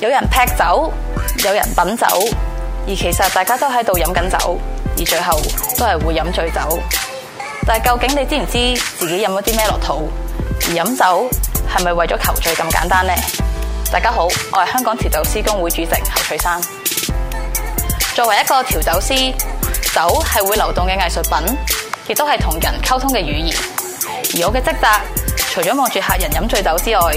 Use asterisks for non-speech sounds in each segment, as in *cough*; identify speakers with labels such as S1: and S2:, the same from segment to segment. S1: 有人劈酒，有人品酒，而其實大家都喺度飲緊酒，而最後都係會飲醉酒。但係究竟你知唔知自己飲咗啲咩落肚？而飲酒係咪為咗求醉咁簡單呢？大家好，我係香港調酒師公會主席侯翠珊。作為一個調酒師，酒係會流動嘅藝術品，亦都係同人溝通嘅語言。而我嘅職責，除咗望住客人飲醉酒之外，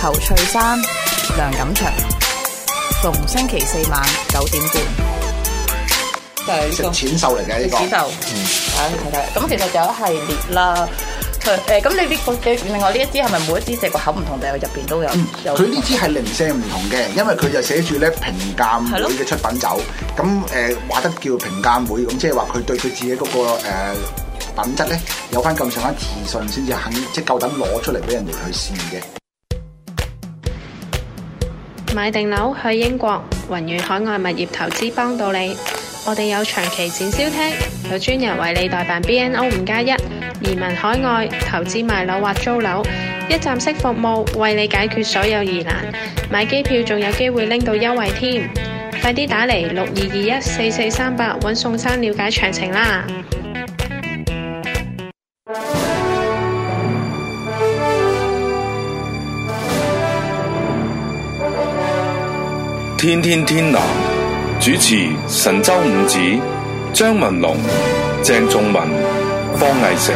S2: 侯翠珊、梁錦祥，逢星期四晚九點半。
S3: 食淺壽嚟嘅呢個，
S2: 淺壽，大家睇睇。啊咁其實就有一系列啦。佢誒咁你呢個你另外呢一支係咪每一支隻個口唔同，定係入邊都有？有
S3: 嗯佢呢支係零舍唔同嘅，因為佢就寫住咧評鑑會嘅出品酒，咁誒話得叫評鑑會，咁即係話佢對佢自己嗰、個、呃、品質咧有翻咁上下自信，先至肯即係夠膽攞出嚟俾人哋去試嘅。
S4: 買定樓去英國，宏遠海外物業投資幫到你。我哋有長期展銷廳，有專人為你代辦 BNO 五加一移民海外投資賣樓或租樓，一站式服務為你解決所有疑難。買機票仲有機會拎到優惠添，快啲打嚟六二二一四四三八揾宋生了解詳情啦！
S5: 天天天南主持神州五子張文龍、鄭仲文、方毅成。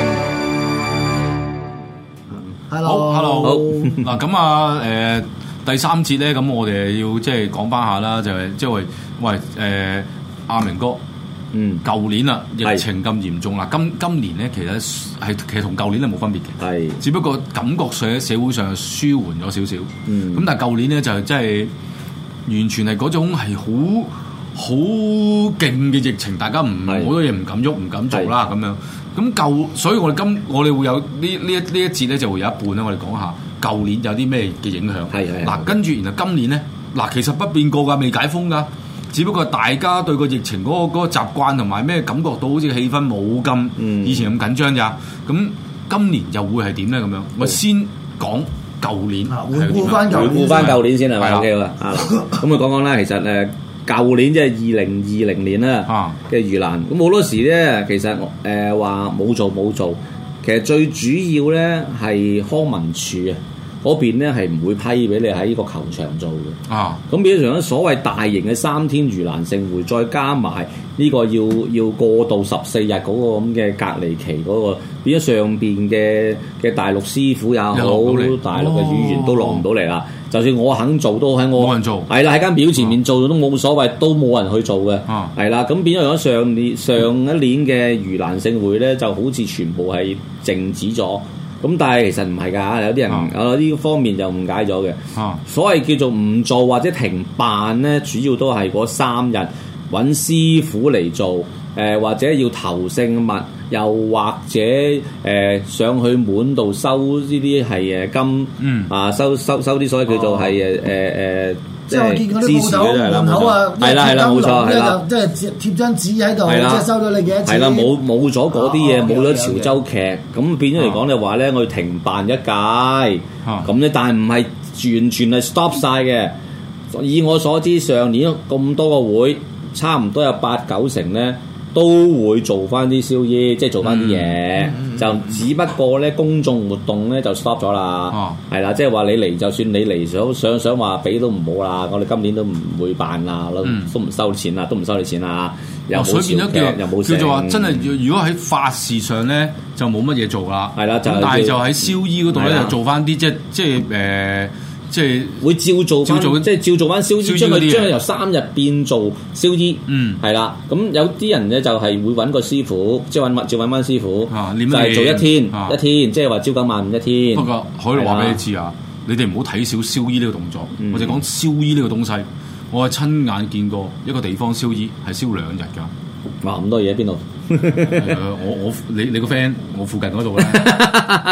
S6: 好，hello，嗱咁啊，誒、第三節咧，咁我哋要即係講翻下啦，就係即係喂喂誒，阿、明哥，
S7: 嗯，
S6: 舊年啦，疫
S7: 係
S6: 情咁嚴重啦，今今年咧其實係其實同舊年咧冇啊分別嘅，
S7: 係
S6: 只不過感覺上喺社會上舒緩咗少少，咁、
S7: 嗯
S6: 但係舊年咧就真係完全係嗰種係好。好勁嘅疫情，大家唔好
S7: 係
S6: 多嘢唔敢喐，唔敢做啦咁樣。咁舊，所以我哋今我哋會有呢呢一呢一節咧就會有一半咧，我哋講下舊年有啲咩嘅影響。
S7: 係係係
S6: 嗱，跟住然後今年咧，嗱其實不變過㗎，未解封㗎，只不過大家對個疫情嗰、個嗰、個習慣同埋咩感覺到好似氣氛冇咁、
S7: 嗯
S6: 以前咁緊張咋。咁今年又會係點咧？咁樣我先講舊年，
S3: 啊回顧返
S7: 哦回
S3: 舊
S7: 顧翻舊年先係
S6: 係
S7: 咪
S6: 啦
S7: OK 啦？啊，咁啊講講啦，其實誒舊年即係二零二零年啦
S6: 啊
S7: 嘅盂蘭，咁好多時咧，其實誒話冇做冇做，其實最主要咧係康文署啊嗰邊咧係唔會批俾你喺呢個球場做嘅。
S6: 啊，
S7: 咁變咗所謂大型嘅三天盂蘭盛會，再加埋呢個要要過渡十四日嗰個咁嘅隔離期嗰、個，變咗上邊嘅嘅大陸師傅也好
S6: 又落唔到嚟，哦
S7: 大陸嘅語言都落唔到嚟啦。就算我肯做，都喺我
S6: 冇人做
S7: 係啦，喺間廟前面做都冇所謂，都冇人去做嘅。
S6: 啊
S7: 係啦，咁變咗上年上一年嘅盂蘭盛會咧，就好似全部係靜止咗。咁但係其實唔係㗎，有啲人
S6: 啊
S7: 有呢方面就誤解咗嘅。
S6: 啊
S7: 所謂叫做唔做或者停辦咧，主要都係嗰三日揾師傅嚟做，誒、或者要投聖物，又或者誒、上去門度收呢啲係誒金，
S6: 嗯
S7: 啊收收收啲所謂叫做係誒誒誒，
S8: 即係我見嗰啲報
S7: 支持嗰啲係啦
S8: 道門口啊，
S7: 冇錯係啦係啦冇錯係啦。
S8: 即係貼貼張紙喺度，
S7: 係啦
S8: 即係收咗你幾多
S7: 係
S8: 錢？
S7: 啦，冇冇咗嗰啲嘢，
S8: 哦
S7: 冇咗
S8: 有嘅
S7: 潮州劇，咁變咗嚟講，你話咧，我要停辦一屆，
S8: 啊
S7: 咁咧，但係唔係完全係 stop 晒嘅。以我所知，上年咁多個會，差唔多有八九成咧，都會做翻啲宵夜，即係做翻啲嘢，
S8: 嗯
S7: 就只不過咧公眾活動咧就 stop 咗啦
S6: 哦，
S7: 係啦、即係話你嚟，就算你嚟想想想話俾都唔好啦，我哋今年都唔會辦啦，都唔
S6: 嗯
S7: 都唔收錢啦，都唔收你錢啦，又
S6: 哦
S7: 冇
S6: 所以變
S7: 小
S6: 咗
S7: 劇又冇
S6: 叫叫做話
S7: 成
S6: 真係，如如果喺法事上咧就冇乜嘢做啦，
S7: 係啦就
S6: 咁但係
S7: 叫嗯
S6: 就喺燒衣嗰度
S7: 係
S6: 咧
S7: 啦
S6: 就做翻啲即係即係誒即係
S7: 會照做返
S6: 照做
S7: 即係照做翻燒
S6: 燒
S7: 衣，
S6: 衣
S7: 將
S6: 嗰啲
S7: 佢
S6: 嘢
S7: 將佢由三日變做燒衣，
S6: 嗯
S7: 係啦。咁有啲人咧就係會揾個師傅，即係揾照揾翻師傅，
S6: 啊
S7: 就
S6: 念一
S7: 係做一
S6: 念
S7: 天
S6: 啊
S7: 一天，即係話朝九晚五一天。
S6: 不過可以話俾你知啊，你哋唔好睇小燒衣呢個動作，
S8: 嗯
S6: 我就講燒衣呢個東西，我係親眼見過一個地方燒衣係燒兩日
S8: *laughs*
S6: 㗎。
S7: 哇咁多嘢喺邊度？
S6: 誒我我你你個 friend 我附近嗰
S8: *laughs*
S6: 度咧，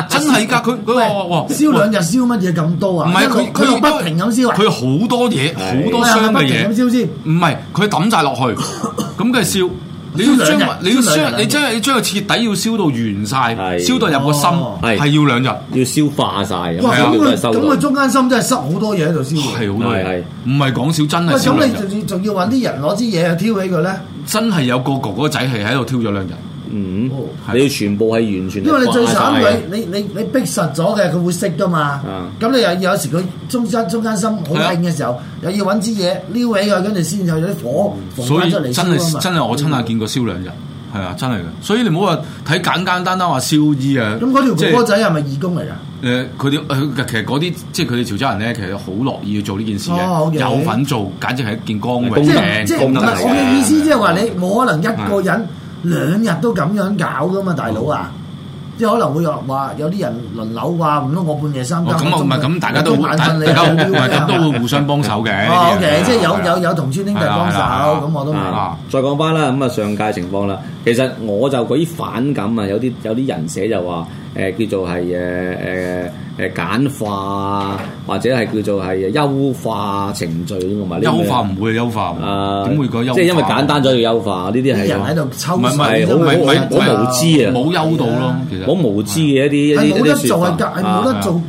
S6: 真係㗎！佢佢話哇，
S8: 燒兩日燒乜嘢咁多啊？
S6: 唔係佢
S8: 佢佢落
S6: 應該
S8: 不停咁燒啊！
S6: 佢好多嘢，好多
S8: 喂係咪啊
S6: 箱
S8: 不
S6: 嘅
S8: 停
S6: 嘢
S8: 咁，燒先。
S6: 唔係佢抌晒落
S8: *laughs*
S6: 去，咁佢係燒。你要
S8: 燒
S6: 將
S8: 兩日
S6: 你要
S8: 燒兩
S6: 將
S8: 日
S6: 你將你將佢徹底要燒到完晒，
S7: 係
S6: 燒到入個心
S8: 哦
S7: 係
S6: 係要兩日，
S7: 要消化晒，啊咁
S8: 哇！
S6: 啊
S7: 樣
S8: 咁
S7: 都係
S8: 佢
S7: 收
S8: 咁佢
S7: 到。
S8: 中間心真係塞好多嘢喺度燒喎。
S6: 係好多
S7: 係係
S6: 嘢，唔係講笑，真
S8: 喂，
S6: 係燒
S8: 咁
S6: 兩
S8: 你
S6: 日，
S8: 仲要仲要揾啲人攞支嘢去挑起佢咧？
S6: 真係有個哥哥仔係喺度挑咗兩日，
S7: 嗯
S8: 哦，
S7: 你要全部係完全
S8: 因為你最
S7: 化晒啊
S8: 慘
S7: 嘅
S8: 佢，你你你逼實咗嘅，佢會識噶嘛
S7: 啊。
S8: 咁你又有時佢中間中間心好
S6: 係啊
S8: 硬嘅時候，又要揾支嘢撩起佢，跟住先有啲火
S6: 所
S8: 放
S6: 以
S8: 出嚟
S6: 真
S8: 燒啊
S6: 係
S8: 嘛。
S6: 真係我親眼見過燒兩日，係啊，真係嘅。所以你唔好話睇簡簡單單話燒衣啊，
S8: 咁嗰
S6: 即
S8: 條
S6: 係
S8: 哥哥仔係咪義工嚟㗎？
S6: 誒佢哋誒其實嗰啲即係佢哋潮州人咧，其實好樂意去做呢件事
S8: 哦
S6: 嘅，
S8: ，OK
S6: 有份做，簡直係一件光
S7: 功
S8: 即
S7: 能
S6: 榮
S8: 係即係
S7: 功
S8: 唔
S7: 能
S8: 係
S7: 嚟
S8: 我嘅
S7: 嘅
S8: 意
S6: 啊
S8: 思，即係話你冇可能一個人兩日都咁樣搞噶嘛，大佬
S6: 哦
S8: 啊！即係可能會有話有啲人輪流話，唔通我半夜三
S6: 哦
S8: 更
S6: 咁啊，唔係咁，大家都
S8: 我
S6: 會大
S8: 中晚
S6: 大
S8: 瞓你
S6: 家會唔
S8: 又
S6: 係
S8: 要啊
S6: 咁都會互相幫手嘅。呢
S8: 哦
S6: 啲
S8: ，OK，
S6: 嘢
S8: 即係有
S6: 係啊
S8: 有有同村兄弟幫手，
S6: 係啊係啊
S8: 咁我都明。
S7: 啊，再講翻啦，咁啊上屆情況啦，其實我就嗰啲反感啊，有啲有啲人寫就話誒、叫做係誒誒誒簡化啊或者係叫做係優化程序同埋呢啲
S6: 優化唔會優化，
S7: 啊，
S6: 點會講優化？
S7: 即係因為簡單咗要優化，呢啲
S8: 啲人喺
S7: 係
S8: 度抽
S6: 唔係唔啊係
S8: 水
S7: 好
S8: 啫嘛
S7: 好
S6: 唔係
S8: 真係
S7: 好無知啊，
S6: 冇優到咯，其實
S7: 好無知嘅一啲
S8: 係
S7: 一啲
S8: 冇
S7: 一
S8: 得
S7: 啲説
S8: 做係
S7: 法
S8: 係冇
S7: 啊
S8: 得做。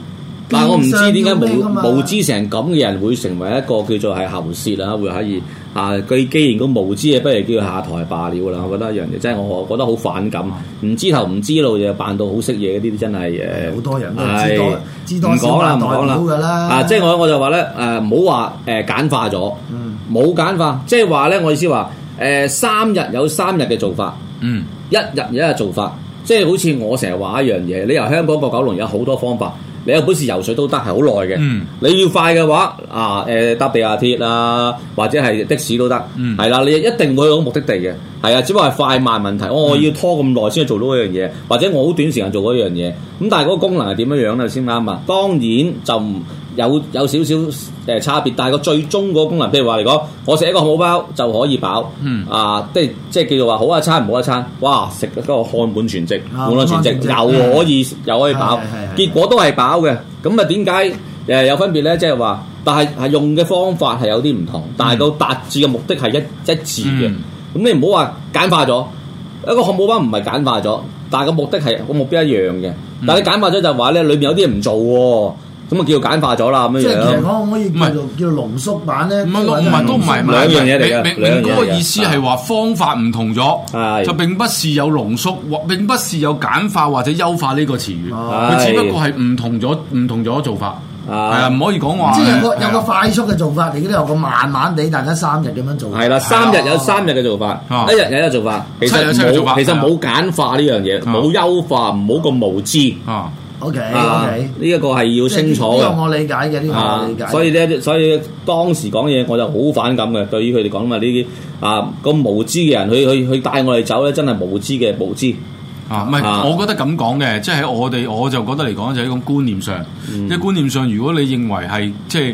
S7: 但我唔知點解
S8: 變相要咩㗎嘛
S7: 無無知成咁嘅人會成為一個叫做係喉舌啦，會可以啊！佢既然個無知嘅，不如叫佢下台罷了啦。我覺得一樣嘢真係我我覺得好反感，唔知頭唔知路就扮到好識嘢，呢啲真係誒
S8: 好多人都係知多
S7: 係
S8: 知多
S7: 唔講啦，
S8: 少
S7: 唔講啦
S8: 代表㗎啦
S7: 啊！即係我我就話咧誒，唔好話誒簡化咗，
S8: 嗯
S7: 冇簡化，即係話咧，我意思話誒三日有三日嘅做法。
S6: 嗯
S7: 一日有一日做法，即係好似我成日話一樣嘢，你由香港過九龍有好多方法，你有本事游水都得係好耐嘅。
S6: 嗯
S7: 你要快嘅話，啊誒、搭地下鐵啊，或者係的士都得，係
S6: 嗯
S7: 啦、你一定會去到目的地嘅，係啊，只不過係快慢問題。
S6: 嗯
S7: 哦，我要拖咁耐先去做到一樣嘢，或者我好短時間做嗰樣嘢。咁但係嗰個功能係點樣樣咧先啱啊？當然就唔有有少少誒差別，但係個最終嗰個功能，譬如話嚟講，我食一個漢堡包就可以飽，
S6: 嗯
S7: 啊，即係即係叫做話好一餐唔好一餐，哇！食嗰個漢本全席，
S8: 啊
S7: 滿漢全席
S8: 漢本全席
S7: 又可以又可以飽
S8: 係係係，
S7: 結果都係飽嘅。咁啊點解誒有分別咧？即係話，但係係用嘅方法係有啲唔同，但係
S8: 嗯
S7: 個達至嘅目的係一一致嘅。咁、
S6: 嗯
S7: 你唔好話簡化咗，一個漢堡包唔係簡化咗，但係個目的係個目標一樣嘅。
S8: 嗯
S7: 但係你簡化咗就係話咧，裏面有啲嘢唔做喎。咁啊叫做簡化咗啦咁
S8: 即
S7: 樣
S8: 係其實
S7: 樣，
S8: 可唔可以叫做叫做濃縮版咧？
S6: 唔係唔係都唔係唔係
S7: 兩樣嘢嚟㗎
S6: 明
S7: 兩樣嘢
S6: 明明
S7: 嚟㗎
S6: 嗰個意思係話方法唔同咗，
S7: 係
S6: 就並不是有濃縮或並不是有簡化或者優化呢個詞語，
S8: 哦
S6: 佢只不過係唔同咗唔同咗做法，係
S7: 啊
S6: 啊，唔可以講話
S8: 即係有個有個
S6: 係啊
S8: 快速嘅做法，你都有個慢慢地，大家三日咁樣做。
S7: 係啦，三日有三日嘅做法
S6: 啊，
S7: 一日有一日做法，其
S6: 七日有
S7: 實
S6: 七日做法
S7: 冇其實
S6: 係啊
S7: 冇簡化呢樣嘢，
S6: 啊
S7: 冇優化，唔好咁無知
S6: 啊。
S8: O K
S7: 啊！
S8: O
S7: 呢
S8: K，
S7: 一個係要清楚
S8: 呢個
S7: 嘅
S8: 我理解嘅，呢個我
S7: 啊
S8: 啊理解。，
S7: 所以咧，所以當時講嘢我就好反感嘅，對於佢哋講啊呢啲啊咁無知嘅人，佢佢佢帶我哋走咧，真係無知嘅無知。
S6: 啊，唔係，
S7: 啊
S6: 我覺得咁講嘅，即係喺我哋我就覺得嚟講就係一種觀念上，
S7: 嗯
S6: 即係觀念上，如果你認為係即係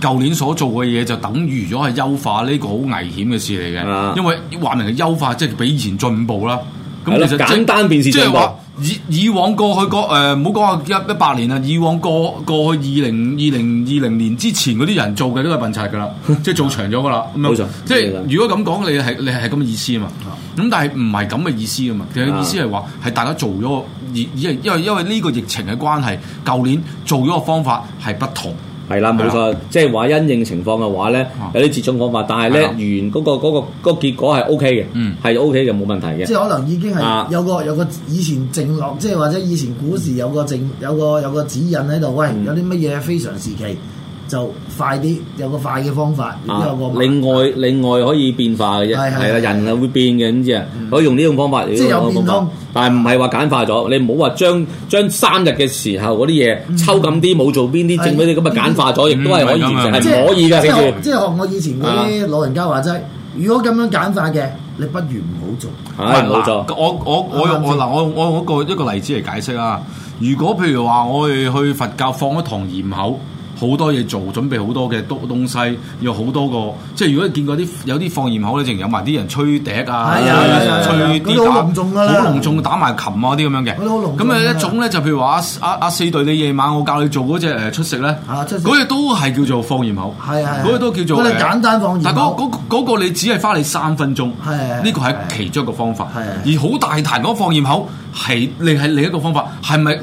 S6: 舊年所做嘅嘢就等於咗係優化呢個好危險嘅事嚟嘅，
S7: 啊
S6: 因為話明係優化即係比以前進步啦。
S7: 係
S6: 咁
S7: 咯
S6: 其實即
S7: 簡單便是
S6: 即係
S7: 進步
S6: 話以以往過去個誒唔好講話一一百年啦，以往過過去二零二零二零年之前嗰啲人做嘅都係笨柒㗎 *laughs* 啦，即係做長咗㗎啦，咁樣
S7: 冇錯
S6: 即
S7: 冇
S6: 係
S7: 錯
S6: 如果咁講，你係你係咁嘅意思啊嘛。咁但係唔係咁嘅意思啊嘛。其實意思係話係大家做咗個，而而因為因為呢個疫情嘅關係，舊年做咗個方法係不同。
S7: 係啦，冇錯，即係話因應情況嘅話咧
S6: 啊，
S7: 有啲折中方法，但係
S6: 係
S7: 咧
S6: 啊
S7: 原嗰個嗰個嗰個結果係 O K 嘅
S6: 嗯，
S7: 係 O K 嘅冇問題嘅
S8: 即。係可能已經
S7: 啊
S8: 係有個有個以前靜落，即係或者以前古時有個靜有個有個指引喺度，喂，
S7: 嗯
S8: 有啲乜嘢非常時期就快啲，有個快嘅方
S7: 啊
S8: 法，亦都有個慢
S7: 另外另外可以變化嘅啫，
S8: 係係
S7: 係啦，
S8: 係嗯
S7: 人係會變嘅，咁知啊，可以用呢種方法，
S8: 即係有
S7: 呢種
S8: 變
S7: 方法
S8: 通，
S7: 但係唔係話簡化咗，你唔好話將將三日嘅時候嗰啲嘢抽咁啲，冇做邊啲，
S8: 係
S7: 整嗰啲咁啊簡化咗，亦都係可以完
S6: 嗯
S7: 成，係唔可以
S8: 即
S7: 㗎，啊
S8: 係
S7: 記
S8: 學
S7: 住。
S8: 即係學我以前嗰啲老人家話齋，如果咁樣簡化嘅，你不如唔好做。
S7: 係冇
S6: 嗱
S7: 錯，
S6: 我我我用我嗱我我我一個一個例子嚟解釋啊。如果譬如話我哋去佛教放一堂鹽口，好多嘢做，準備好多嘅東東西，有好多個。即係如果你見過啲有啲放鹽口咧，淨有埋啲人吹笛啊，
S8: 係啊係啊
S6: 吹
S8: 係啊
S6: 吹啲
S8: 嗰啲好
S6: 打
S8: 隆重㗎啦
S6: 好隆重打埋琴啊啲咁樣嘅。
S8: 嗰啲好隆重
S6: 咁
S8: 㗎
S6: 啊一種咧就譬如話阿阿阿四隊，你夜晚我教你做嗰只誒出食咧，
S8: 啊出食
S6: 嗰隻都係叫做放鹽口，
S8: 係係係
S6: 嗰隻都叫做
S8: 嗰隻
S6: 誒
S8: 簡單放鹽口
S6: 但嗰嗰嗰個你只係花你三分鐘，
S8: 係係係
S6: 呢個係
S8: 係
S6: 其中一個方法。
S8: 係係
S6: 而好大壇嗰個放焰口係另係另一個方法，係咪咁？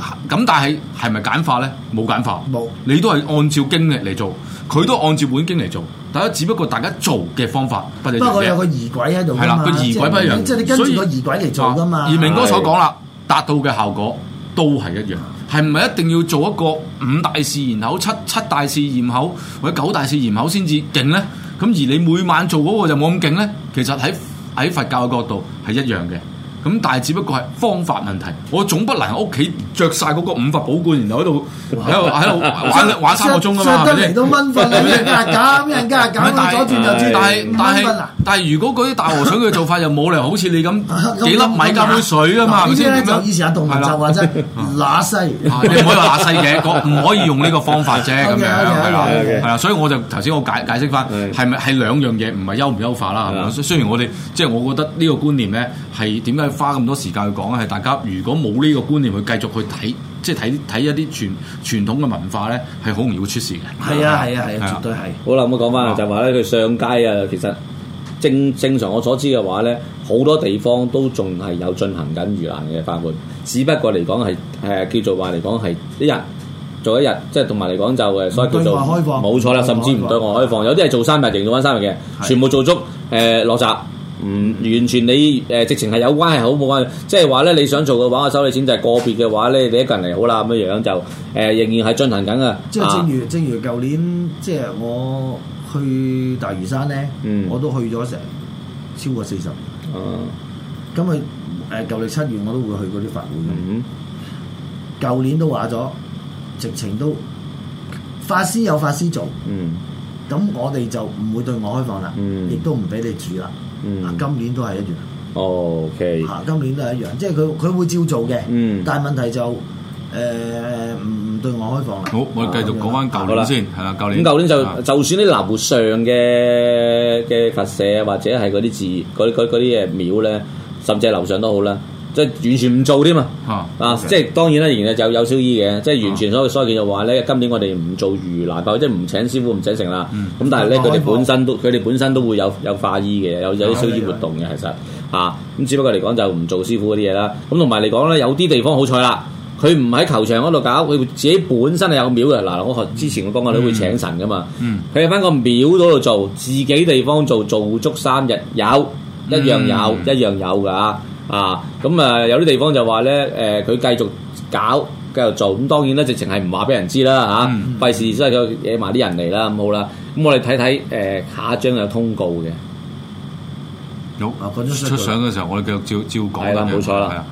S6: 但係係咪簡化咧？冇簡化，
S8: 冇
S6: 你都係按照經歷嚟做，佢都按照本經嚟做，大家只不過大家做嘅方方法不一樣啫。
S8: 不過有個儀軌喺度㗎
S6: 係啦，
S8: 嘛
S6: 個儀軌不一樣，
S8: 即係你跟住
S6: 所以
S8: 個儀軌嚟做㗎嘛。
S6: 啊而明哥所講啦，達到嘅效果都係一樣，係唔係一定要做一個五大試驗口、七七大試驗口或者九大試驗口先至勁咧？咁而你每晚做嗰個就冇咁勁咧？其實喺喺佛教嘅角度係一樣嘅。咁但係只不過係方法問題，我總不能喺屋企着晒嗰個五法寶冠，然後喺度喺度喺度玩玩三個鐘啊嘛，
S8: 着
S6: 係咪
S8: 得
S6: 先
S8: 嚟都蚊瞓，你一日咁，一日咁，
S6: 唔係但係
S8: 咁左轉右轉，
S6: 但係但
S8: 蚊瞓
S6: 係
S8: 啊！
S6: 但係，如果嗰啲大和尚佢做法又冇理由好似你
S8: *laughs*
S6: 咁 *laughs* 幾粒米加杯水啊嘛，係咪
S8: 嗱呢啲
S6: 先？
S8: 咧
S6: 點樣
S8: 就以前阿杜文就話啫， *laughs* 乸西。
S6: 啊你唔可以話細嘅，講唔可以用呢個方法
S8: *laughs*
S6: 啫，咁樣
S8: OK，OK，OK，
S6: 係啦，
S7: OK
S6: 係啦，所以我就頭先我解解釋翻，
S7: 係
S6: 係咪係兩樣嘢，唔係優唔優化啦，係咪？
S7: 係
S6: 雖雖然我哋即係我覺得呢個觀念咧，係點解花咁多時間去講咧？係大家如果冇呢個觀念去繼續去睇，即係睇睇一啲傳傳統嘅文化咧，係好容易會出事嘅。
S8: *laughs* 係啊係啊係
S6: 係
S8: 啊，
S6: 啊
S8: 絕對係。
S7: 好啦，咁我講翻
S8: 啊
S7: 啦，就係話咧，佢上街啊，其實正正常我所知嘅話咧，好多地方都仲係有進行緊盂蘭嘅法會，只不過嚟講係誒叫做話嚟講係一日做一日，即係同埋嚟講就誒，所以叫
S8: 唔對
S7: 做
S8: 外開放
S7: 冇錯啦，
S8: 唔對
S7: 甚
S8: 外
S7: 至唔對外開放，有啲係做三日，營做翻三日嘅，
S8: 係
S7: 全部做足誒落閘。唔完全你誒、直情係有關係好冇關係，即係話咧你想做嘅話，我收你錢就係個別嘅話咧，你一個人嚟好啦咁樣樣就誒、仍然係進行緊嘅。
S8: 即係
S7: 啊
S8: 正如正如舊年，即係我去大嶼山咧
S7: 嗯，
S8: 我都去咗成超過四十。
S7: 啊
S8: 咁佢誒舊歷七月我都會去嗰啲法會嘅。
S7: 嗯
S8: 舊年都話咗，直情都法師有法師做，
S7: 嗯。
S8: 咁我哋就唔會對外開放啦，
S7: 嗯
S8: 亦都唔俾你住啦。
S7: 嗯
S8: 啊，今年都係一樣。
S7: O K，
S8: 嚇，今年都係一樣，即係佢佢會照做嘅，
S7: 嗯
S8: 但係問題就誒唔唔對外開放啦。啊
S6: 好，我哋繼續講翻舊
S7: 啊好啦
S6: 年先，係啦，舊
S7: 咁
S6: 年
S7: 舊年就
S6: 啊
S7: 就算啲樓上嘅嘅佛社啊或者係嗰啲寺嗰嗰嗰啲誒廟咧，甚至係樓上都好啦，即係完全唔做添啊！
S6: 啊
S7: 啊，即係當然啦，仍然就有燒衣嘅，即係完全所謂所謂叫做話咧，今年我哋唔做盂蘭包，即係唔請師傅唔請成啦。咁但係咧，
S8: 開
S7: 佢
S8: 放
S7: 哋本身都佢哋本身都會有有化衣嘅，有有啲燒衣
S8: 有
S7: 活動嘅其實啊，咁只不過嚟講就唔做師傅嗰啲嘢啦。咁同埋嚟講咧，有啲地方好彩啦。佢唔喺球場嗰度搞，佢自己本身係有廟嘅。嗱，我學之前我講過，你會請神噶嘛。佢喺翻個廟嗰度做，自己地方做，做足三日有，一樣有，
S6: 嗯
S7: 一樣有㗎。啊，咁啊有啲地方就話咧，誒、佢繼續搞，繼續做，咁當然咧，直情係唔話俾人知啦嚇，
S6: 嗯
S7: 費事真係佢惹埋啲人嚟啦，咁好啦。咁我哋睇睇誒下一張有通告嘅，
S6: 好
S8: 啊嗰張出咗
S6: 出相嘅時候，我哋繼續照照講
S7: 係啦
S6: 咁樣
S7: 冇錯啦
S6: 係啊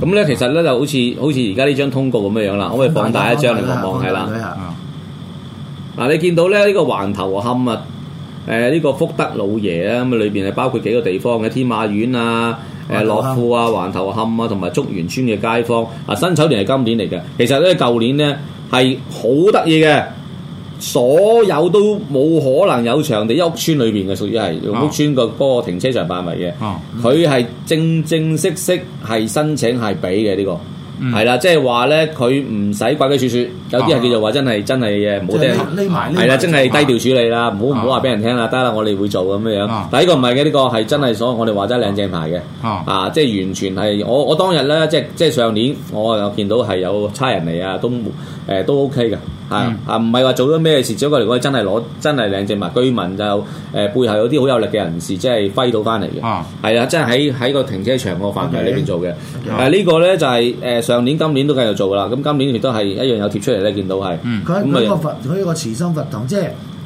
S7: 咁咧其實咧就好似好似而家呢張通告咁樣樣啦，可唔可以放大一張嚟望望係啦？
S8: 啦。
S6: 啊
S7: 嗱，你見到咧呢、呢個橫頭磡啊，誒、呢個福德老爺啊，咁啊裏邊係包括幾個地方嘅天馬苑啊、誒
S8: 橫頭
S7: 樂
S8: 磡
S7: 富啊、橫頭磡啊，同埋竹園村嘅街坊啊，辛丑年係今年嚟嘅。其實咧舊年咧係好得意嘅，所有都冇可能有場地，因為屋村裏邊嘅屬於係
S6: 啊
S7: 屋村個嗰個停車場範圍嘅。
S6: 啊
S8: 嗯
S7: 佢係正正式式係申請係俾嘅呢個。
S8: 嗯
S7: 係啦，即係話咧，佢唔使鬼鬼祟祟，有啲係叫做話真係真係誒唔好聽
S8: 即係匿
S6: 啊
S8: 埋匿埋
S7: 係啦，真係低調處理啦，唔好唔好話俾人聽啦，得啦，我哋會做咁樣樣
S6: 啊。
S7: 但係呢個唔係嘅，呢個係真係所我哋話齋靚正牌嘅，
S6: 啊
S7: 啊，即係完全係我我當日咧，即係即係上年我有見到係有差人嚟啊，都誒都 OK 嘅。啊
S6: 嗯
S7: 啊，唔係話做咗咩事，只不過嚟講真係攞真係靚正牌，居民就誒、背後有啲好有力嘅人士，即係揮到翻嚟嘅。
S6: 啊
S7: 係啦，即係喺喺個停車場個範圍裏邊做嘅。啊
S8: Okay.
S7: 誒呢個咧就係誒上年、今年都繼續做噶啦。咁今年亦都係一樣有貼出嚟咧，見到係。
S6: 嗯
S8: 佢
S7: 咁咪啊
S8: 佢個佛佢個慈心佛堂，即係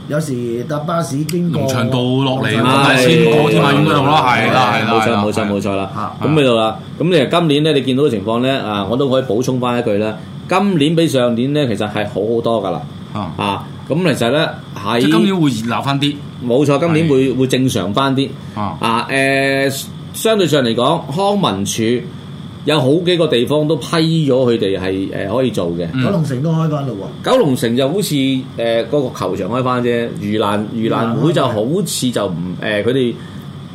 S8: 有時搭巴士經過
S6: 農場道落嚟
S8: 農場
S6: 咁
S8: 道
S6: 咪先過啊天馬苑嗰度啦係啦係啦
S7: 啊冇
S6: 係
S7: 錯
S6: 啦
S7: 冇錯
S6: 係啦啊
S7: 冇錯啦。
S8: 嚇
S7: 咁咪度啦。咁你今年咧，你見到嘅情況咧，啊，我都可以補充翻一句啦。今年比上年咧，其實係好好多噶啦。
S6: 啊
S7: 啊，咁其實咧
S6: 即係今年
S7: 喺
S6: 會熱鬧翻啲。
S7: 冇錯，今年會會正常翻啲
S6: 啊
S7: 啊誒，相對上嚟講，康文署有好幾個地方都批咗佢哋係誒可以做嘅。
S6: 嗯
S8: 九龍城都開翻嘞喎。
S7: 九龍城就好似誒嗰個球場開翻啫，盂蘭盂蘭會就好似就唔誒佢哋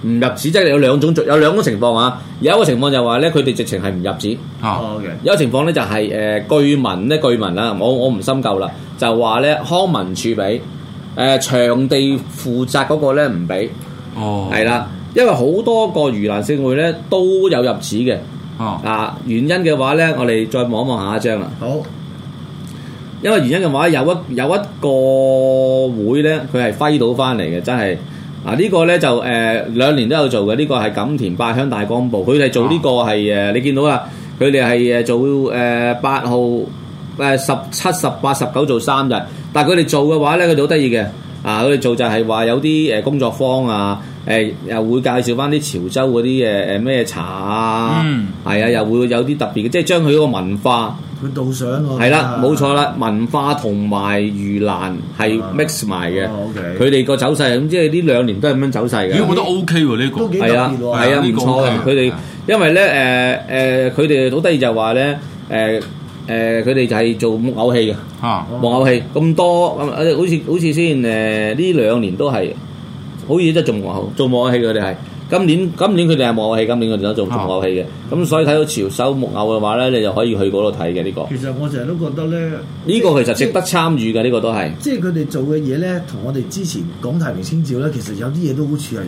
S7: 唔入紙，即係有兩種有兩種情況啊。有一個情況就話咧，佢哋直情係唔入紙；
S6: 啊，
S8: 哦，OK，
S7: 有一個情況咧就係、誒、據聞咧據聞啦，我我唔深究啦，就話咧康文署俾誒、呃場地負責嗰個咧唔俾，
S6: 哦，
S7: 係啦、因為好多個盂蘭勝會咧都有入紙嘅
S6: 啊，
S7: 啊。原因嘅話咧，我哋再望一望下一張啦。
S8: 好，
S7: 因為原因嘅話，有一有一個會咧，佢係揮到翻嚟嘅，真係啊！呢、個咧就誒、呃、兩年都有做嘅，呢、個係錦田八鄉大光步，佢哋做呢個係誒、呃你見到啦，佢哋係誒做誒八、號誒十七、十八、十九做三日，但係佢哋做嘅話咧，佢哋好得意嘅啊！佢哋做就係話有啲誒呃工作坊啊，誒、又會介紹翻啲潮州嗰啲呃誒誒咩茶啊，
S6: 嗯
S7: 係、啊，又會有啲特別嘅，即係將佢嗰個文化。
S8: 佢倒上喎。啊
S7: 係啦，冇錯啦，文化同埋盂蘭係 mix 埋嘅
S8: 哦，OK，
S7: 佢哋個走勢咁，即係呢兩年都係咁樣走勢
S6: 咦，我覺
S7: 嘅。
S6: 得 O K 喎呢
S8: 都幾
S6: 個，
S8: 特
S7: 係啊，
S8: 別喎。
S7: 係啊，唔
S6: 呢個
S7: 錯嘅。
S6: OK
S7: 佢哋因為咧誒誒，佢哋好得意就係話咧誒誒，佢哋就係做木偶戲嘅
S6: 啊，
S7: 木偶戲咁多咁，呃好似好似先誒呢兩年都係，好似都做木偶做木偶戲佢哋係。今年今年佢哋係木偶戲，今年佢哋都做做木偶戲嘅。咁所以睇到潮州木偶嘅話咧，你就可以去嗰度睇嘅呢個。
S8: 其實我成日都覺得咧，
S7: 呢個其實值得參與嘅，呢個都係。
S8: 即係佢哋做嘅嘢咧，同我哋之前講太平清照咧，其實有啲嘢都好似係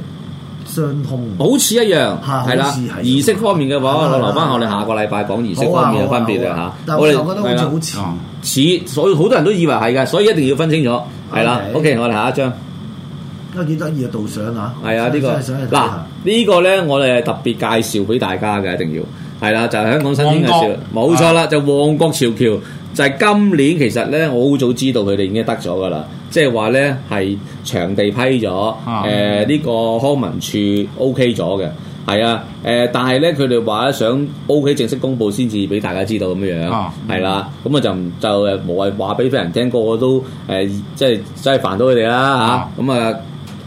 S8: 相通。
S7: 好似一樣，
S8: 嚇
S7: 係啦
S8: 好似。係
S7: 儀式方面嘅
S8: 係
S7: 話，
S8: 啊
S7: 我留翻我哋下個禮拜講儀式
S8: 好啊
S7: 方面嘅分別
S8: 好啊好
S7: 啊
S8: 啊
S7: 嚇。
S8: 但我就覺得
S7: 係啦
S8: 好似好
S6: 啊
S7: 似，所以好多人都以為係嘅，所以一定要分清楚。係啦
S8: OK
S7: ，OK，我哋下一張
S8: 似，啊幾得意啊！導賞啊，
S7: 係啊，呢個
S8: 真係想去睇
S7: 嗱
S8: 下
S7: 呢個咧，我哋係特別介紹俾大家嘅，一定要係啦，就係香港新天嘅
S6: 旺角
S7: 紹，冇錯啦，就旺角潮橋。就係今年其實咧，我好早知道佢哋已經得咗㗎啦，即係話咧係場地批咗，誒呢、
S6: 啊
S7: 個康文署 OK 咗嘅，係啊，誒、但係咧佢哋話咧想 OK 正式公佈先至俾大家知道咁樣樣，
S6: 啊
S7: 係啦、咁啊就唔就誒無謂話俾飛人聽，個個都誒、即係真係煩到佢哋啦
S6: 啊
S7: 嚇，咁啊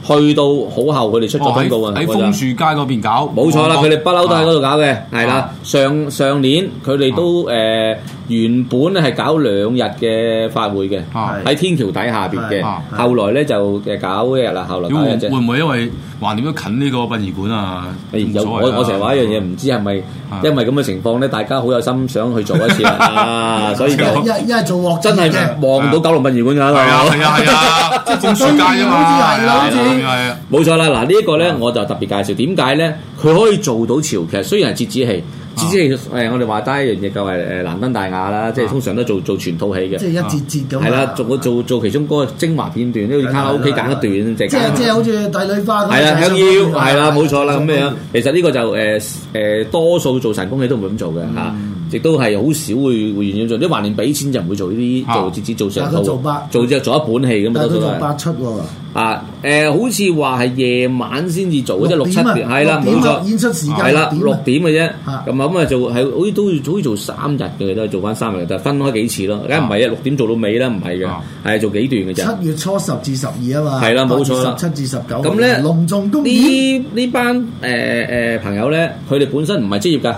S7: 去到好後佢哋出咗
S6: 哦
S7: 公
S6: 喺
S7: 告啊，
S6: 喺
S7: 我就
S6: 楓樹街嗰邊搞，哦
S7: 冇錯啦，
S6: 旺
S7: 佢
S6: 角
S7: 哋不嬲都喺嗰度搞嘅，係啦
S6: 啊。
S7: 上上年佢哋都誒、呃原本咧係搞兩日嘅法會嘅，
S6: 啊
S8: 係
S7: 喺天橋底下邊嘅。
S8: 係
S6: 啊
S7: 後來咧就誒搞一日啦，後來
S6: 屌
S7: 搞一日
S6: 會
S7: 啫。
S6: 唔會因為橫掂都近呢個殯儀館啊？冇
S7: 哎有
S6: 所謂
S7: 我
S6: 啦
S7: 我成日話一樣嘢，唔知係咪
S6: 啊
S7: 因為咁嘅情況咧，大家好有心想去做一次啦，
S6: *laughs*
S7: 啊所以就
S8: 一係一係做鑊
S7: 真係
S8: 嘅，
S7: 望到九龍殯儀館㗎
S6: 係啊
S7: 啦。
S6: 係啊係
S7: *laughs*
S6: 啊，楓樹街啫嘛，
S8: 好似係啦好似
S6: 係啊
S7: 冇錯啦，嗱呢一個
S8: 嗯
S7: 咧我就特別介紹，點解咧？佢可以做到潮劇，雖然係折子戲，
S8: 啊
S7: 折子戲誒我哋話單一樣嘢就係誒蘭登大雅啦，即係通常都做做全套戲
S8: 即
S7: 嘅，
S8: 係一節節咁啊。
S7: 係啦，做做做其中嗰個精華片段，好似卡拉 OK 揀一段，即啊
S8: 即係即係好似帝女花咁。
S7: 係啦，香腰係
S8: 啊
S7: 啦，冇錯啦，咁啊樣
S8: 樣。
S7: 其實呢個就誒誒，多數做神功戲都唔會咁做
S8: 嗯
S7: 嘅嚇，亦都係好少會會願意做，啲橫掂俾錢就唔會做呢啲
S6: 啊
S7: 做折子做上
S8: 但係佢
S7: 套，
S8: 做八
S7: 做只做一本戲咁啊，
S8: 但
S7: 多
S8: 係
S7: 數
S8: 佢
S7: 都
S8: 做
S7: 係。
S8: 八出喎，
S7: 啊，誒、好似話係夜晚先至做嘅啫，六七
S8: 點啊
S7: 點係啦，
S8: 六
S7: 冇
S8: 點啊
S7: 錯，
S8: 演出時間
S7: 係啦，六
S8: 六點啊
S7: 點嘅啫，
S8: 啊
S7: 咁咁啊做係好似都要好似做三日嘅，都係做翻三日，但係分開幾次咯，梗係唔係啊？六點做到尾啦，唔係嘅
S6: 啊，
S7: 係做幾段嘅啫。
S8: 七月初十至十二啊嘛。
S7: 係啦冇錯啦
S8: 十七至十九。啊
S7: 咁咧
S8: 隆重公演。
S7: 呢呢班誒誒、朋友咧，佢哋本身唔係職業㗎，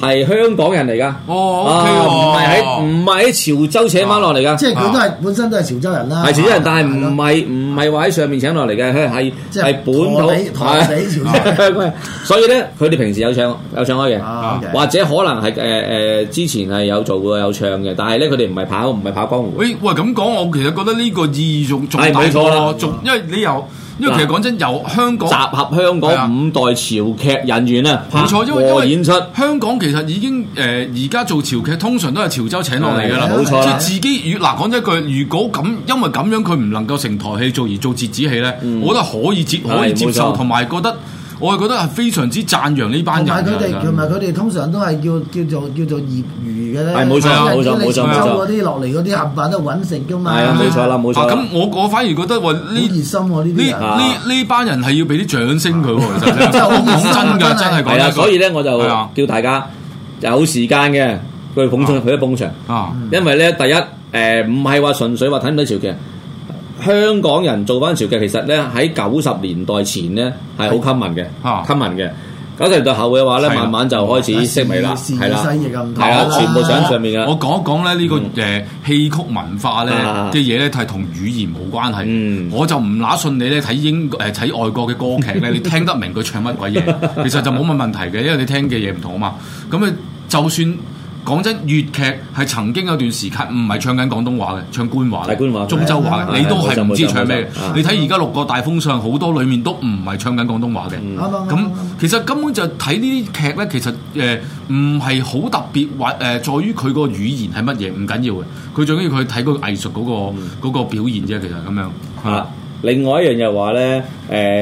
S7: 係香港人嚟㗎。
S6: 哦，OK
S7: 啊
S6: 喎
S7: 唔係喺唔係喺潮州扯翻落嚟㗎。
S8: 即係佢都係本身都係潮州人啦，
S7: 啊係潮州人，但係唔
S8: 咯
S7: 係唔係話喺上面請落嚟嘅，佢係
S8: 即係
S7: 係本土
S8: 陀地陀地潮州人
S7: *laughs*
S6: 啊
S7: 係所以咧，佢哋平時有唱有唱開嘅，
S8: 啊，OK，
S7: 或者可能係誒誒之前係有做過有唱嘅，但係咧佢哋唔係跑唔係跑江湖，
S6: 喂喂，咁講我其實覺得呢個意義仲仲
S7: 係
S6: 大
S7: 冇錯啦啊
S6: 過，仲因為你由因為其實講真，由香港
S7: 集合香
S6: 係啊
S7: 港五代潮劇人員啊，
S6: 冇錯，因為因
S7: 拍過
S6: 為啊
S7: 演出。
S6: 香港其實已經誒而家做潮劇，通常都係潮州請落嚟㗎啦，
S7: 係冇錯
S6: 即
S7: 啦
S6: 係自己如嗱講真一句，如果咁因為咁樣佢唔能夠成台戲做而做折子戲咧，我覺得可以接可以接
S7: 嗯係冇
S6: 受，
S7: 錯
S6: 同埋覺得我係覺得係非常之讚揚呢班
S8: 同
S6: 人
S7: 啊
S6: 㗎。
S8: 埋佢哋，同
S6: 真係
S8: 埋佢哋通常都係叫叫做叫做業餘嘅咧。
S7: 係冇錯
S8: 因
S7: 冇
S8: 為
S7: 錯
S8: 因為
S7: 冇錯
S8: 潮州
S7: 冇錯
S8: 嗰啲落嚟嗰啲冚唪唥都揾食噶嘛。
S7: 係啊冇錯啦冇錯
S6: 啊
S7: 啦
S6: 咁我我反而覺得話
S8: 好熱啊
S6: 呢。
S8: 心喎呢啲
S6: 呢
S8: 人。
S6: 呢呢班人係要俾啲掌聲佢喎，其實真係
S8: 啊 *laughs* 真係好
S6: 講
S8: 熱心啊
S6: 真㗎，
S8: 真
S6: 真
S8: 係
S6: 係講
S7: 係啊，
S6: 真。
S7: 所以咧我就
S6: 係啊
S7: 叫大家有時間嘅，佢去捧場，佢去捧場。
S6: 啊，
S7: 呃因為咧，第一誒唔係話純粹話睇唔睇潮劇，香港人做翻潮劇，其實咧喺九十年代前咧係好 common 嘅
S6: 啊
S7: ，common 嘅。九十年代後嘅話咧，
S6: 係啦
S7: 慢慢就開始式微啦，
S8: 時
S7: 係啦，
S8: 時勢亦咁
S7: 係啦，
S8: 同啦
S7: 全部上上面嘅啦
S6: 我。講一講咧呢個誒戲曲文化咧
S7: 嗯啊
S6: 嘅嘢咧，係同語言冇關係
S7: 嗯。
S6: 我就唔乸信你咧睇英誒睇外國嘅歌劇
S7: *laughs*
S6: 咧，你聽得明佢唱乜鬼嘢，其實就冇乜問題嘅，因為你聽嘅嘢唔同啊嘛。咁啊，就算講真，粵劇係曾經有段時間唔係唱緊廣東話嘅，唱官話嘅、
S7: 係官話啊
S6: 中州話
S7: 係
S6: 嘅，你都係唔知唱咩
S7: 冇錯冇錯冇
S6: 嘅
S7: 錯。
S6: 你睇而家六個大風尚好多裡面都唔係唱緊廣東話嘅。
S8: 啱啊啱
S6: 咁其實根本就睇呢啲劇咧，其實誒唔係好特別，或誒、在於佢個語言係乜嘢唔緊要嘅，佢最緊要佢睇個藝術嗰、個嗰個表現啫，其實咁樣
S7: 啊，另外一樣就係話咧，誒、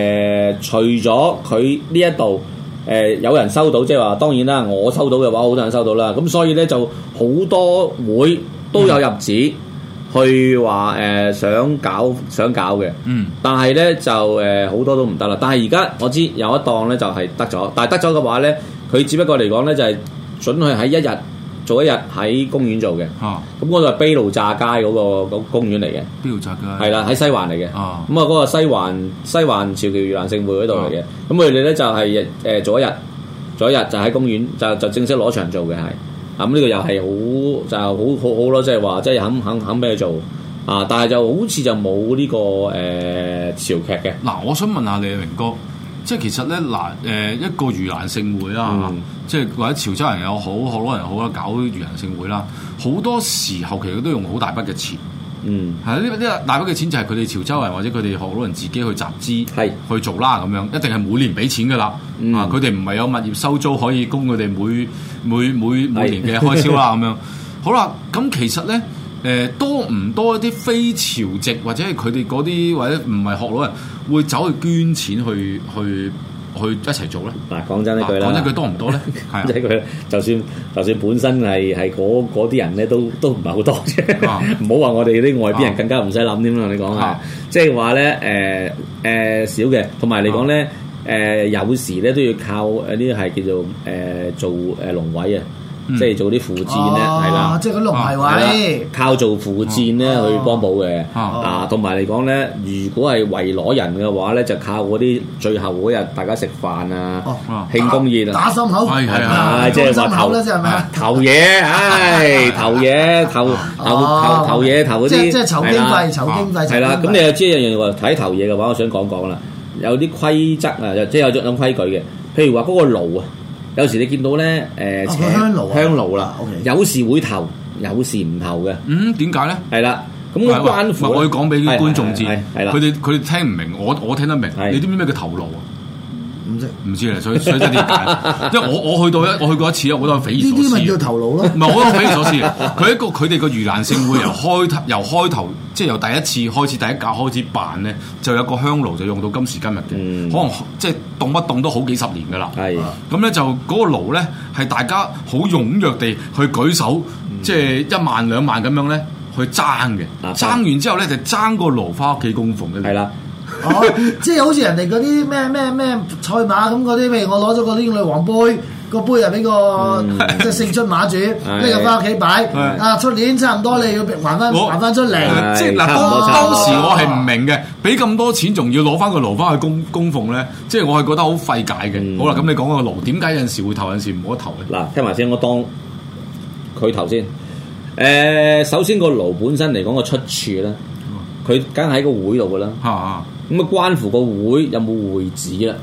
S7: 除咗佢呢一度誒有人收到，即係話當然啦，我收到嘅話，好多人收到啦。咁所以咧就好多會都有入紙去話誒、想搞想搞嘅，
S6: 嗯，
S7: 但係咧就誒好、多都唔得啦。但係而家我知有一檔咧就係得咗，但係得咗嘅話咧，佢只不過嚟講咧就係、準佢喺一日做一日喺公園做嘅。
S6: 啊，
S7: 咁嗰度係卑路乍街嗰、個嗰公園嚟嘅。
S6: 邊度㗎？
S7: 係啦，喺西環嚟嘅。咁
S6: 啊
S7: 啊，嗰個西環西環潮僑盂蘭勝會嗰度嚟嘅。咁佢哋咧就係日誒做一日，做一日就喺公園就就正式攞場做嘅係。啊，咁呢個又係好就好好好咯，即係話即係肯肯肯俾佢做。啊，但係就好似就冇呢、個誒、潮劇嘅。
S6: 嗱，我想問下你啊，明哥，即係其實咧嗱誒一個盂蘭盛會啦，
S7: 嗯
S6: 即係或者潮州人又好，學佬人又好啦，搞盂蘭盛會啦，好多時候其實都用好大筆嘅錢。
S7: 嗯，
S6: 係呢呢大筆嘅錢就係佢哋潮州人或者佢哋學佬人自己去集資
S7: 係
S6: 去做啦，咁樣一定係每年俾錢㗎啦。
S7: 嗯
S6: 啊，佢哋唔係有物業收租可以供佢哋每每每每
S7: 係
S6: 年嘅開銷
S7: *laughs*
S6: 啦，咁樣。好啦，咁其實咧。誒、多唔多一啲非潮籍或者係佢哋嗰啲或者唔係學佬人會走去捐錢去去去一齊做咧？啊
S7: 嗱講真一句啦，
S6: 講一句多唔
S7: *laughs*
S6: 多咧？係啊
S7: 即係佢，就算就算本身係係嗰嗰啲人咧，都都唔係好多啫。
S6: 啊
S7: *laughs* 唔好話我哋啲外邊
S6: 啊
S7: 人更加唔使諗添啦。你講
S6: 啊
S7: 啊，即係話咧誒誒少嘅，同埋嚟講
S6: 啊
S7: 咧誒有時咧都要靠誒呢啲係叫做誒、呃做誒龍位
S6: 嗯
S7: 啊，
S6: 啊
S7: 即係做啲附薦咧，係啦、啊
S8: 哦即係嗰龍
S7: 係
S8: 牌位
S7: 啦。靠做附薦咧
S8: 哦
S7: 去幫補嘅，
S6: 啊
S7: 啊，同埋嚟講咧，如果係圍攞人嘅話咧，就靠嗰啲最後嗰日大家食飯
S8: 哦
S7: 啊、慶功宴啊
S8: 打。心口，
S6: 係係係
S8: 啊
S7: 啊，即係
S8: 心
S7: 話
S8: 口
S7: 投
S8: 啦，即係咪啊？
S7: 投嘢，唉，投嘢，投投
S8: 哦
S7: 投投嘢，投嗰
S8: 即係
S7: 啲，
S8: 即係籌經費，籌經費，
S7: 係啦
S8: 籌。經
S7: 咁
S8: 費
S7: 你又知一樣嘢喎，睇投嘢嘅話，我想講講啦，有啲規則啊，即係有種規矩嘅，譬如話嗰個爐啊，有時你見到咧，誒
S8: 哦個香爐啊
S7: 香爐啦
S8: 啊，OK，
S7: 有時會投，有時唔投嘅，
S6: 嗯，點解咧？
S7: 係啦，咁
S6: 唔係
S7: 關
S6: 唔係
S7: 乎
S6: 我要講俾啲觀眾知，
S7: 係係係係啦
S6: 佢哋佢哋聽唔明，我我聽得明。
S7: 係
S6: 你知唔知咩叫頭腦啊？
S8: 唔識
S6: 唔知啊，所以所以真係點
S8: *laughs*
S6: 解？因為我我去到一我去過一次啊，我都係匪夷
S8: 呢
S6: 所
S8: 啲
S6: 思
S8: 咪叫
S6: 嘅。
S8: 頭腦咯
S6: 唔。係我都係匪夷所思嘅。佢一個佢哋個盂蘭勝會由開頭由開頭即係由第一次開始第一屆開始辦咧，就有個香爐就用到今時今日嘅，
S7: 嗯
S6: 可能即係動不動都好幾十年㗎啦。
S7: 係
S6: 咁咧就嗰個爐咧係大家好踴躍地去舉手，
S8: 嗯
S6: 即係一萬兩萬咁樣咧去爭嘅。
S7: 啊
S6: 爭完之後咧就爭個爐翻屋企供奉嘅。
S7: 係啦，
S8: *laughs* 哦，即係好似人哋嗰啲咩咩咩賽馬咁嗰啲，譬如我攞咗個英女王杯，個杯啊又俾個
S7: 嗯
S8: 即係勝出馬主，拎入翻屋企擺。
S6: 係
S8: 啊，出年差唔多你要還翻
S6: 我
S8: 還翻出嚟。
S7: 係
S6: 即係嗱，
S7: 差唔
S6: 當
S7: 多
S6: 當時
S8: 差唔多
S6: 我係唔明嘅，俾咁多錢仲要攞翻個爐翻去供供奉咧，即係我係覺得好費解嘅。
S7: 嗯
S6: 好啦，咁你講個爐點解有陣時會投，有陣時唔好投咧？
S7: 嗱，聽埋先，我當佢頭先。誒、首先個爐本身嚟講個出處咧，佢梗係喺個會度噶啦。
S6: 嚇啊！
S7: 咁啊，關乎個會有冇會址啦。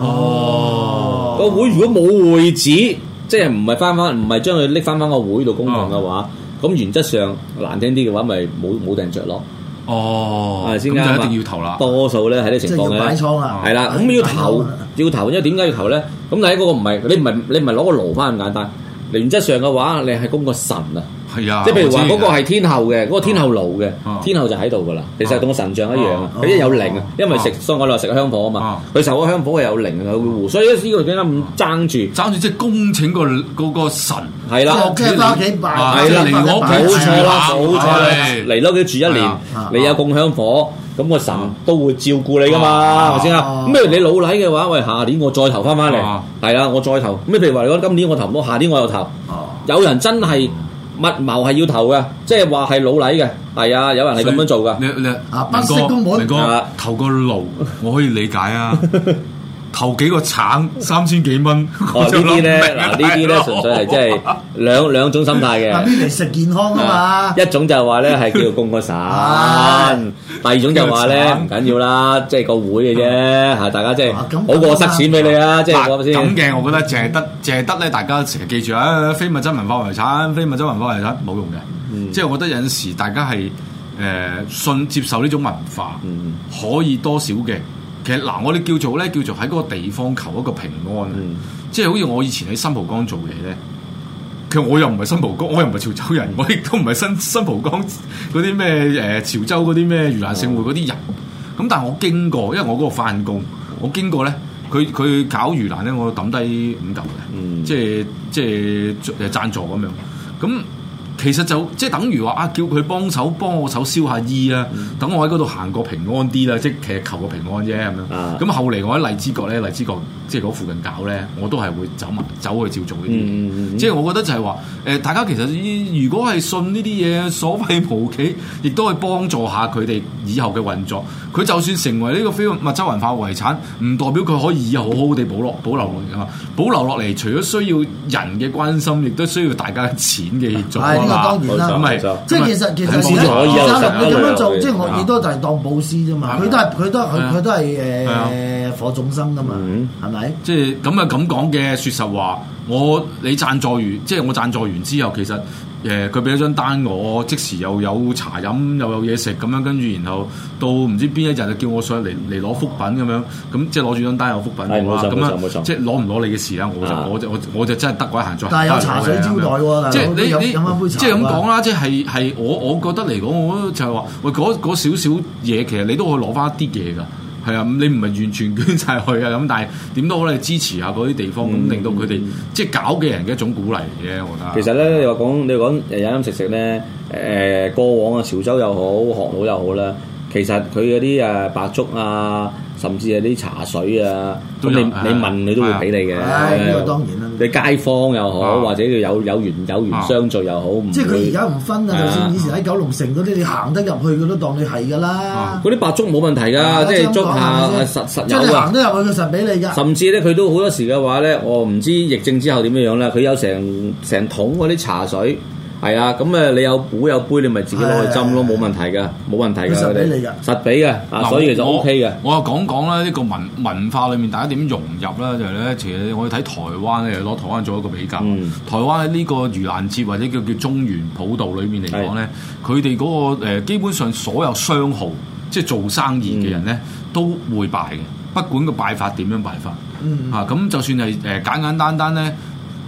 S6: 哦，
S7: 個會如果冇會址，即係唔係翻翻，唔
S6: 嗯
S7: 係將佢拎翻翻個會度公堂嘅
S6: 哦
S7: 話，咁、原則上難聽啲嘅話，咪冇冇定着咯。
S6: 哦，
S7: 係
S6: 咁就
S7: 先
S6: 一
S7: 啱啊
S6: 定要投啦。
S7: 多數咧喺呢
S8: 即
S7: 情
S8: 係
S7: 況
S8: 要擺
S7: 咧，
S8: 倉
S6: 啊
S8: 啦，
S7: 係啦，咁要投要投，因為點解要投咧？咁但係嗰個唔係你唔係你唔係攞個爐翻咁簡單，原則上嘅話，你係供個神啊。
S6: 係啊，
S7: 即係譬如話
S6: 我知
S7: 嗰個係天后嘅，嗰個天后爐
S6: 啊
S7: 嘅，天后就喺度噶啦。其實同個神像一樣啊
S8: 啊，
S7: 佢一有靈啊，因為
S6: 啊
S7: 食所以我哋話食香火啊嘛
S6: 啊，
S7: 佢受咗香火係有靈啊，佢會護。所以呢個點解咁爭住？
S6: 爭住即係恭請個嗰個神。
S7: 係
S8: 即係
S7: 啦
S8: 屋，企翻屋企擺，
S6: 係啦嚟我屋
S7: 冇
S6: 企住
S7: 錯啦，
S6: 係
S7: 冇錯啦
S6: 係，
S7: 嚟到佢住一
S6: 係
S7: 年
S6: 啊
S8: 啊，
S7: 你有供香火，咁個神都會照顧你噶嘛，係咪先啊
S8: 啊？
S7: 咁譬如你老禮嘅話，喂，下年我再投翻翻嚟
S6: 啊，
S7: 係啦，我再投。咩譬如話你講今年我投唔到，下年我又投。
S8: 哦
S7: 有人真係密謀係要投嘅，即係話係老禮嘅，係啊，有人係咁樣做噶
S6: 你。你
S8: 啊
S6: 明
S8: 不惜
S6: 哥
S8: 公本
S6: 明哥
S7: 啊
S6: 投個
S7: *laughs*
S6: 爐，我可以理解啊。投幾個橙三千幾蚊，
S7: 哦，
S6: 我
S7: 呢
S6: 就諗
S7: 啲
S6: 唔
S7: 咧，
S6: 明啊
S7: 嗱呢啲咧
S6: 大佬
S7: 純粹係即係兩兩種心態
S8: 嗱，
S7: 嘅。
S8: 邊嚟食健康啊嘛？
S7: 一種就話咧係叫做供個散，第二種就話咧唔緊要啦，即係個會嘅啫，係大家即係
S8: 啊咁
S7: 好過塞錢俾你啊，即係講先。
S6: 咁嘅，我覺得淨係得淨係得咧，大家成日記住啊，非物質文化遺產，非物質文化遺產冇用嘅。
S7: 嗯
S6: 即係我覺得有陣時大家係誒、呃信接受呢種文化，
S7: 嗯
S6: 可以多少嘅。其實嗱，我哋叫做咧叫做喺嗰個地方求一個平安啊，
S7: 嗯
S6: 即係好似我以前喺新蒲崗做嘢咧。其實我又唔係新蒲崗，我又唔係潮州人，我 *laughs* 亦都唔係新新蒲崗嗰啲咩誒潮州嗰啲咩盂蘭盛會嗰啲人。咁但係我經過，因為我嗰度翻工，我經過咧，佢佢搞盂蘭咧，我抌低五嚿嘅，
S7: 嗯
S6: 即係即係誒贊助咁樣。咁其實就即係等於話啊，叫佢幫手幫我手燒下衣啊，
S7: 嗯
S6: 等我喺嗰度行過平安啲啦，即係其實求個平安啫咁
S7: 啊
S6: 樣。咁後嚟我喺荔枝角咧，荔枝角即係嗰附近搞咧，我都係會走埋走去照做呢啲嘢。
S7: 嗯嗯嗯
S6: 即係我覺得就係話，誒、大家其實依如果係信呢啲嘢，所謂無企，亦都係幫助下佢哋以後嘅運作。佢就算成為呢個非物質文化遺產，唔代表佢可以以後好好地保落保留落嚟噶嘛。保留落嚟，除咗需要人嘅關心，亦都需要大家嘅錢嘅協助啊
S8: 係呢個
S6: 嘛
S8: 當然啦，
S6: 咁咪
S7: 冇錯
S8: 即係其實其實而
S7: 先可以有
S6: 啊
S8: 家
S7: 實
S8: 你咁樣
S7: 有
S8: 做，
S7: 嘅
S8: 即係我亦都就係當佈施啫嘛。佢都係佢都係
S6: 係啊
S8: 佢佢都係
S6: 係啊
S8: 誒火眾生噶嘛
S7: 嗯，
S8: 係咪？
S6: 即係咁啊咁講嘅，説實話，我你贊助完，即係我贊助完之後，其實誒佢俾咗張單我，即時又有茶飲，又有嘢食咁樣，跟住然後到唔知邊一日就叫我上嚟嚟攞福品咁樣，咁即係攞住張單有福品
S7: 係
S6: 我啦
S7: 冇錯
S6: 咁啊
S7: 冇錯冇錯
S6: 樣即係攞唔攞你嘅事啦，我就
S7: 啊
S6: 我就我我就真係得鬼閒再。
S8: 但係有茶水招待喎大佬
S6: 即係
S8: 都飲
S6: 你你
S8: 飲翻杯茶
S6: 即係咁
S8: 啊
S6: 講啦，即係係我我覺得嚟講，我就係話喂嗰嗰少少嘢，其實你都可以攞翻一啲嘢㗎。係啊，你唔係完全捐晒去啊，咁但係點都好你支持下嗰啲地方，咁、令到佢哋即係搞嘅人嘅一種鼓勵嚟嘅，我覺得。
S7: 嗯其實咧，你話講你話講誒飲飲食食咧，誒、過往嘅潮州又好，學佬又好啦，其實佢嗰啲誒白粥啊，甚至係啲茶水啊，咁
S6: 都
S7: 你
S6: 有
S7: 你問佢都會俾你嘅。
S8: 唉，呢個當然啦。
S7: 你街坊又好，
S6: 啊
S7: 或者有有緣有緣相聚又好，唔
S8: 即係佢而
S7: 會
S8: 家唔分啊！就算以前喺九龍城嗰啲，你行得入去佢都當你係㗎啦
S6: 啊。
S7: 嗰啲白粥冇問題㗎，啊即係
S8: 咁
S7: 捉
S8: 講
S7: 下
S8: 啊係咪
S7: 實
S8: 先
S7: 實
S8: 即係
S7: 有啊
S8: 你
S7: 㗎
S6: 啊
S8: 行。得入去，佢實俾你㗎。
S7: 甚至咧，佢都好多時嘅話咧，我唔知疫症之後點樣樣啦。佢有成成桶嗰啲茶水，係啊，咁誒你有壺有杯，你咪自己攞去斟咯，
S8: 係
S7: 冇問題噶，冇問題㗎。
S8: 佢實俾你
S7: 佢
S8: 㗎
S7: 哋實俾嘅啊，
S6: 啊嗱
S7: 所以其實
S6: 我
S7: O K 嘅。
S6: 我又講講啦，呢個文文化裏面大家點融入啦，就係咧，其實我哋睇台灣咧，攞台灣做一個比較。
S7: 嗯
S6: 台灣喺呢個盂蘭節或者叫叫中原普渡裏面嚟講
S7: 嗯
S6: 咧，佢哋嗰個、呃、基本上所有商號即係做生意嘅人咧，
S7: 嗯
S6: 都會拜嘅，不管個拜法點樣拜法。
S8: 嗯，
S6: 啊，咁就算係誒簡簡單單咧，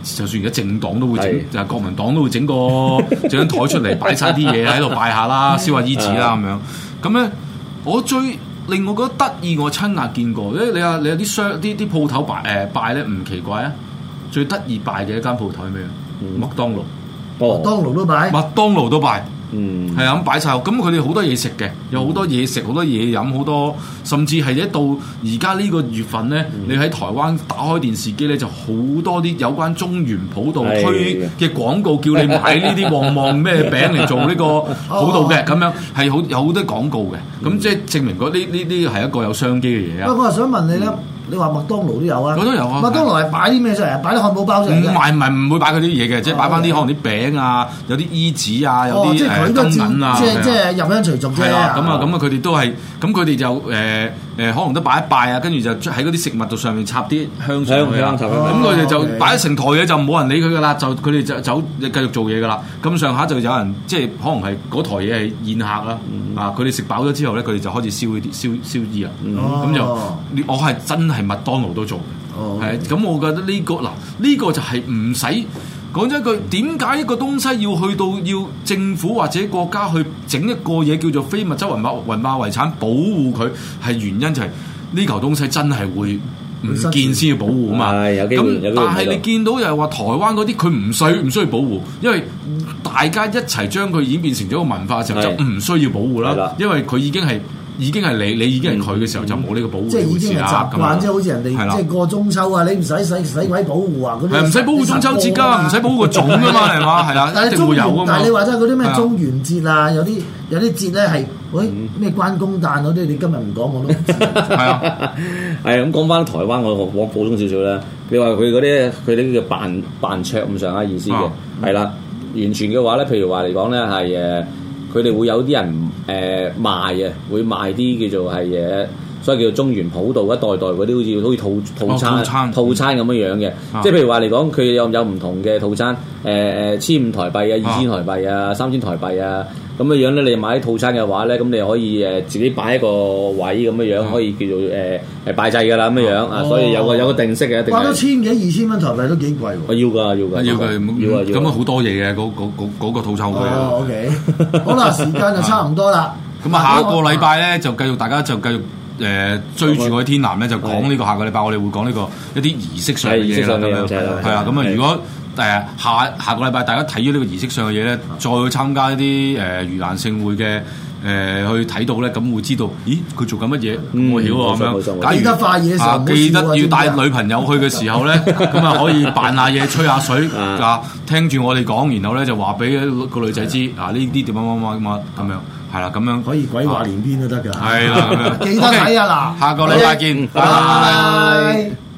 S6: 就算而家政黨都會
S7: 係
S6: 整，就係國民黨都會整個整張台出嚟擺晒啲嘢喺度拜下啦，燒下衣紙啦咁樣。咁咧，我最令我覺得得意，我親眼見過咧，你話你有啲商啲啲鋪頭拜誒拜咧唔奇怪啊，最得意拜嘅一間鋪頭係咩啊？麥當勞，
S7: 哦，
S8: 當勞都擺。
S6: 麥當勞都拜。
S7: 嗯，
S6: 係啊，咁擺晒落，咁佢哋好多嘢食嘅，有好多嘢食，好多嘢飲，好多，甚至係一到而家呢個月份咧，
S8: 嗯
S6: 你喺台灣打開電視機咧，就好多啲有關中原普渡
S7: 係
S6: 推嘅廣告，叫你買呢啲旺旺咩餅嚟做呢
S8: *laughs*
S6: 個普渡嘅，咁樣係好有好多廣告嘅，
S8: 嗯
S6: 咁即係證明嗰呢呢呢係一個有商機嘅嘢
S8: 喂，
S6: 啊！
S8: 我係想問你咧，你話麥當勞都有啊？
S6: 我都有啊
S8: 麥當勞係擺啲咩出嚟啊？擺啲漢堡包
S6: 唔
S8: 出嚟㗎。
S6: 係唔係唔會擺佢啲嘢嘅，即係擺翻啲可能啲餅啊，有啲衣紙啊，有
S8: 哦哦，即
S6: 啲
S8: 係佢
S6: 誒
S8: 都
S6: 金
S8: 知，
S6: 銀啊，
S8: 即
S6: 係
S8: 係
S6: 啊
S8: 即係入鄉隨俗啫。
S6: 係啦，咁啊，咁啊，佢哋都係，咁佢哋就誒誒、可能都擺一拜啊，跟住就喺嗰啲食物度上面插啲香啊上去啦
S7: 香香插。香
S6: 咁佢哋就
S8: 哦，OK
S6: 擺咗成台嘢，就冇人理佢噶啦，就佢哋就走繼續做嘢噶啦。咁上下就有人即係可能係嗰台嘢係宴客啦，啊，佢哋食飽咗之後咧，佢哋就開始燒呢啲燒燒衣啦。
S8: 哦
S6: 嗯咁就你我係真係麥當勞都做
S8: 哦
S6: 嘅，係咁我覺得呢個嗱呢個就係唔使講真一句，點解一個東西要去到要政府或者國家去整一個嘢叫做非物質文化文化遺產保護佢，係原因就係呢嚿東西真係會。唔見先要保護啊嘛，
S7: 係有機會有
S6: 咁
S7: 機會
S6: 但係
S7: 睇
S6: 你
S7: 到
S6: 見到又係話台灣嗰啲，佢唔需唔需要保護，因為大家一齊將佢演變成咗一個文化嘅時候，
S7: 係
S6: 就唔需要保護
S7: 係啦
S6: 啦，因為佢已經係已經係你，你已經係佢嘅時候，就冇呢個保護
S8: 即係
S6: 你
S8: 已
S6: 回事
S8: 經係
S6: 啦。
S8: 習
S6: 咁樣啊
S8: 慣，即係好似人
S6: 係
S8: 哋
S6: 啦
S8: 即係過中秋啊，你唔使使使鬼保護啊，咁
S6: 係唔使保護中秋節
S8: *laughs*
S6: 㗎，唔使保護個種㗎嘛，係嘛？係啦，
S8: 啊但
S6: 一
S8: 係
S6: 定
S8: 中
S6: 會有
S8: 元
S6: 㗎，嘛
S8: 但係你。話真係嗰啲
S6: 係
S8: 咩
S6: 啊嗯
S8: 中元節啊，有啲有啲節咧係，喂咩關公誕嗰啲，你今日唔講我都唔
S6: *laughs*
S8: 知。
S6: 係啊，
S7: *laughs* 係咁講翻台灣，我我補充少少啦。你話佢嗰啲佢啲叫扮扮桌咁上下意思嘅
S6: 啊，
S7: 係啦、完全嘅話咧，譬如話嚟講咧係誒，呃佢哋會有啲人誒、呃、賣啊，會賣啲叫做係誒，所以叫做中原普渡一代代嗰啲好似好似套套餐、
S6: 哦套餐
S7: 餐咁樣樣嘅，
S6: 啊
S7: 即係譬如話嚟講，佢有有唔同嘅套餐，誒誒千五台幣啊、二千台幣啊、三千台幣啊。咁嘅樣咧，你買啲套餐嘅話咧，咁你可以誒自己擺一個位咁嘅樣，可以叫做誒誒拜祭㗎啦咁嘅樣啊，所以有個有個定式嘅一定
S8: 哇，都
S7: 係。
S8: 千幾二千蚊台幣都幾貴
S7: 我
S8: 喎。
S7: 要㗎，要㗎，
S6: 要佢
S7: 要啊
S6: 咁
S7: 要
S6: 咁啊
S7: 啊。
S6: 好多嘢嘅嗰嗰嗰嗰個套餐佢。啊
S8: 哦，OK，好啦，時間就差唔多啦。
S6: 咁啊，下個禮拜咧就繼續，大家就繼續誒追住我啲天南咧，就講呢個下個禮拜我哋會講呢個一啲儀式上嘅嘢啦，咁樣係啦。咁啊，如果誒下下個禮拜大家睇咗呢個儀式上嘅嘢咧，再參加一啲誒盂蘭盛會嘅誒去睇到咧，咁會知道，咦佢做緊乜嘢？我曉喎咁
S8: 嗯
S6: 樣。假如
S8: 記得化嘢嘅時候
S6: 啊
S8: 唔好，笑啊
S6: 記得要帶
S8: 知唔知啊
S6: 女朋友去嘅時候咧，咁啊可以扮下嘢、吹下水啊，聽住我哋講，然後咧就話俾個女仔知啊，呢啲點乜乜乜乜咁樣，係啦，咁樣
S8: 可以鬼話連篇都得㗎。 *laughs*
S6: 係啦咁樣啊
S8: 記得睇啊嗱，
S6: 下個禮拜見，拜
S8: 拜
S6: 拜。
S8: 拜。